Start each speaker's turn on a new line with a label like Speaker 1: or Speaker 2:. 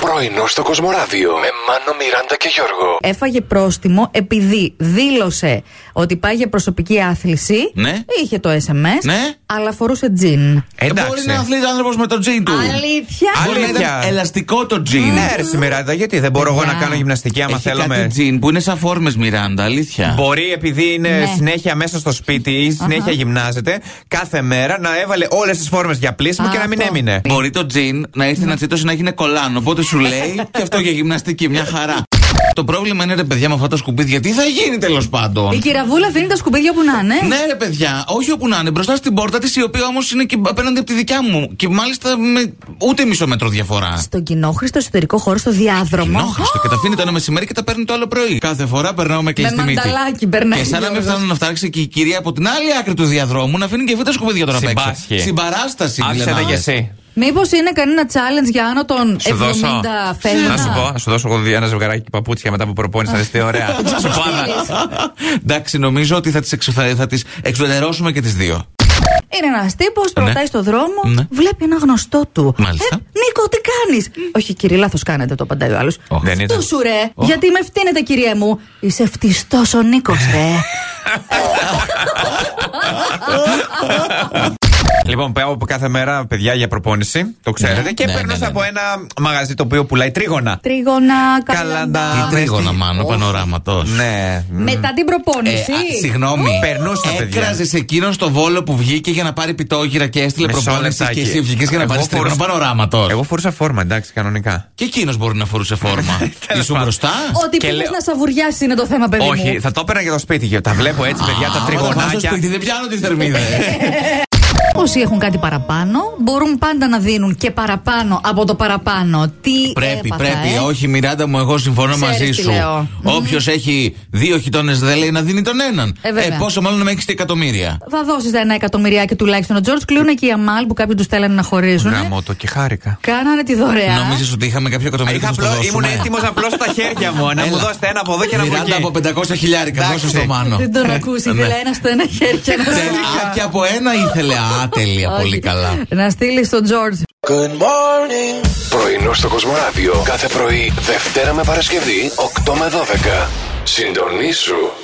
Speaker 1: Πρωινό στο Κοσμοράδιο με Μάνο, Μιράντα και Γιώργο.
Speaker 2: Έφαγε πρόστιμο επειδή δήλωσε ότι πάει για προσωπική άθληση.
Speaker 3: Ναι.
Speaker 2: Είχε το SMS.
Speaker 3: Ναι.
Speaker 2: Αλλά φορούσε τζιν.
Speaker 4: Ε,
Speaker 3: Εντάξει. Μπορεί να αθλείται άνθρωπος με το τζιν του.
Speaker 2: Αλήθεια.
Speaker 3: Μπορεί να ήταν
Speaker 4: Αλήθεια.
Speaker 3: ελαστικό το τζιν.
Speaker 4: Ναι, ρε Σιμεράντα, γιατί δεν μπορώ εγώ να
Speaker 2: Παιδιά.
Speaker 4: κάνω γυμναστική άμα
Speaker 3: Έχει
Speaker 4: θέλω
Speaker 3: κάτι
Speaker 4: με.
Speaker 3: τζιν που είναι σαν φόρμες, Μιράντα, αλήθεια.
Speaker 4: Μπορεί επειδή είναι
Speaker 2: Ναι.
Speaker 4: συνέχεια μέσα στο σπίτι ή συνέχεια γυμνάζεται, κάθε μέρα να έβαλε όλες τις φόρμες για πλήσιμο
Speaker 2: Α,
Speaker 4: και να μην
Speaker 2: αυτό.
Speaker 4: έμεινε.
Speaker 3: Μπορεί το τζιν να ήρθε να τσιτώσει να γίνει κολάν. Οπότε σου λέει και αυτό για γυμναστική, μια χαρά. Το πρόβλημα είναι ρε παιδιά με αυτά τα σκουπίδια. Τι θα γίνει τέλος πάντων.
Speaker 2: Η κυραβούλα αφήνει τα σκουπίδια που να είναι.
Speaker 3: Ναι, ρε παιδιά, όχι όπου να είναι, μπροστά στην πόρτα της, η οποία όμως είναι και απέναντι από τη δικιά μου. Και μάλιστα με ούτε μισό μέτρο διαφορά.
Speaker 2: Στον κοινόχρηστο εσωτερικό χώρο, στο διάδρομο.
Speaker 3: Κοινόχρηστο και τα αφήνει το ένα μεσημέρι και τα παίρνει το άλλο πρωί. Κάθε φορά περνάω με κλειστή μύτη.
Speaker 2: μανταλάκι περνάει
Speaker 3: Και σαν να μην
Speaker 2: Γιώργος.
Speaker 3: φτάνουν να φτάξει και η κυρία από την άλλη άκρη του διαδρόμου να αφήνει και αυτή τα σκουπίδια τώρα απ' έξω.
Speaker 4: Συμπάσχει.
Speaker 3: Συμπαράσταση
Speaker 4: Άφησε
Speaker 3: δηλαδή.
Speaker 4: τα για εσύ.
Speaker 2: Μήπως είναι κανένα challenge για άνω των 70
Speaker 4: Σου δώσω.
Speaker 2: φέλλα.
Speaker 4: Να σου πω, να σου δώσω εγώ ένα ζευγαράκι παπούτσια μετά που προπόνησα. Εσύ ωραία. Σου πάνα.
Speaker 3: Εντάξει, νομίζω ότι θα τις θα τις εξουδερώσουμε και τις δύο.
Speaker 2: Είναι ένας τύπος, προτάει στο δρόμο,
Speaker 3: Ναι.
Speaker 2: βλέπει ένα γνωστό του. Ε,
Speaker 3: Μάλιστα.
Speaker 2: Νίκο, τι κάνεις. Όχι, κύριε, λάθος κάνετε, το απαντάει ο άλλος.
Speaker 4: Όχι. Δεν
Speaker 2: Αυτό
Speaker 4: ήταν.
Speaker 2: σου ρε, γιατί με φτύνετε, κυρία μου. Είσαι φτιστό ο Νίκος,
Speaker 3: Ε.
Speaker 2: ρε.
Speaker 4: Λοιπόν, πάω από κάθε μέρα παιδιά για προπόνηση. Το ξέρετε.
Speaker 3: Ναι,
Speaker 4: και
Speaker 3: ναι,
Speaker 4: περνώ
Speaker 3: ναι, ναι,
Speaker 4: από
Speaker 3: ναι.
Speaker 4: ένα μαγαζί το οποίο πουλάει τρίγωνα.
Speaker 2: Τρίγωνα,
Speaker 4: Καλαντά.
Speaker 2: καλαντά.
Speaker 4: Τι
Speaker 3: Τρίγωνα,
Speaker 4: στη-
Speaker 3: μάλλον, πανοράματο.
Speaker 4: Ναι.
Speaker 2: Μετά την
Speaker 3: Ε,
Speaker 2: προπόνηση.
Speaker 3: α, συγγνώμη.
Speaker 4: Περνούσα, παιδιά.
Speaker 3: Έκραζες εκείνον στο βόλο που βγήκε για να πάρει πιτόγυρα και έστειλε
Speaker 4: Μισό
Speaker 3: προπόνηση
Speaker 4: λεπτάκι.
Speaker 3: και εσύ βγήκες για να
Speaker 4: Εγώ
Speaker 3: πάρεις τρίγωνο
Speaker 4: φορούσα-
Speaker 3: πανοράματο.
Speaker 4: Εγώ φορούσα φόρμα, εντάξει, κανονικά.
Speaker 3: Και εκείνος μπορεί να φορούσε φόρμα. Ήσουν μπροστά.
Speaker 2: Ότι
Speaker 4: και
Speaker 2: πήγες
Speaker 4: λέω-
Speaker 2: να σαβουριάσει είναι το θέμα, παιδί
Speaker 4: Όχι,
Speaker 2: μου.
Speaker 4: θα το έπαιρνα για το σπίτι. γιατί Τα βλέπω έτσι, παιδιά, τα
Speaker 3: Άμα τα βάζω στο
Speaker 4: τριγωνάκια.
Speaker 3: σπίτι, δεν πιάνω τη θερμίδα.
Speaker 2: Ε, Όσοι έχουν κάτι παραπάνω, μπορούν πάντα να δίνουν και παραπάνω από το παραπάνω. Τι
Speaker 3: Πρέπει,
Speaker 2: έπαθα,
Speaker 3: πρέπει.
Speaker 2: ε.
Speaker 3: Όχι, Μιράντα μου, εγώ συμφωνώ
Speaker 2: Ξέρεις
Speaker 3: μαζί
Speaker 2: τι
Speaker 3: σου.
Speaker 2: λέω.
Speaker 3: Όποιος έχει δύο χιτώνες δεν λέει να δίνει τον έναν.
Speaker 2: Ε, βέβαια.
Speaker 3: πόσο μάλλον να έχεις και εκατομμύρια.
Speaker 2: Θα δώσεις ένα εκατομμυριάκι τουλάχιστον. Ο Τζορτ Κλούνε και η Αμάλ που κάποιοι τους θέλανε να χωρίσουν.
Speaker 4: Γαμώ το και χάρηκα.
Speaker 2: Κάνανε τη δωρεά.
Speaker 3: Νόμιζε ότι είχαμε κάποιο εκατομμύριο
Speaker 4: Είχα
Speaker 3: που θα
Speaker 4: απλό,
Speaker 3: στο
Speaker 4: ήμουν
Speaker 3: δώσουμε.
Speaker 4: έτοιμος να πλώσω τα χέρια μου. Να μου
Speaker 3: Ναι. Έλα.
Speaker 4: δώσετε ένα από εδώ και ένα από
Speaker 3: Μιράντα
Speaker 4: εκεί.
Speaker 3: από 500 χιλιάρικα,
Speaker 4: Εντάξει.
Speaker 3: δώσε στο μάνο.
Speaker 2: Δεν τον ακούσει.
Speaker 3: Ναι.
Speaker 2: Ήθελε ένα στο ένα χέρι και ένα στο
Speaker 3: Τε-
Speaker 2: άλλο.
Speaker 3: Α, και από ένα ήθελε. Α, τέλεια, πολύ καλά.
Speaker 2: Να στείλεις στον Τζορτ.
Speaker 1: Πρωινό στο Κοσμοράδιο κάθε πρωί, Δευτέρα με Παρασκευή, 8 με 12. Συντονίσου.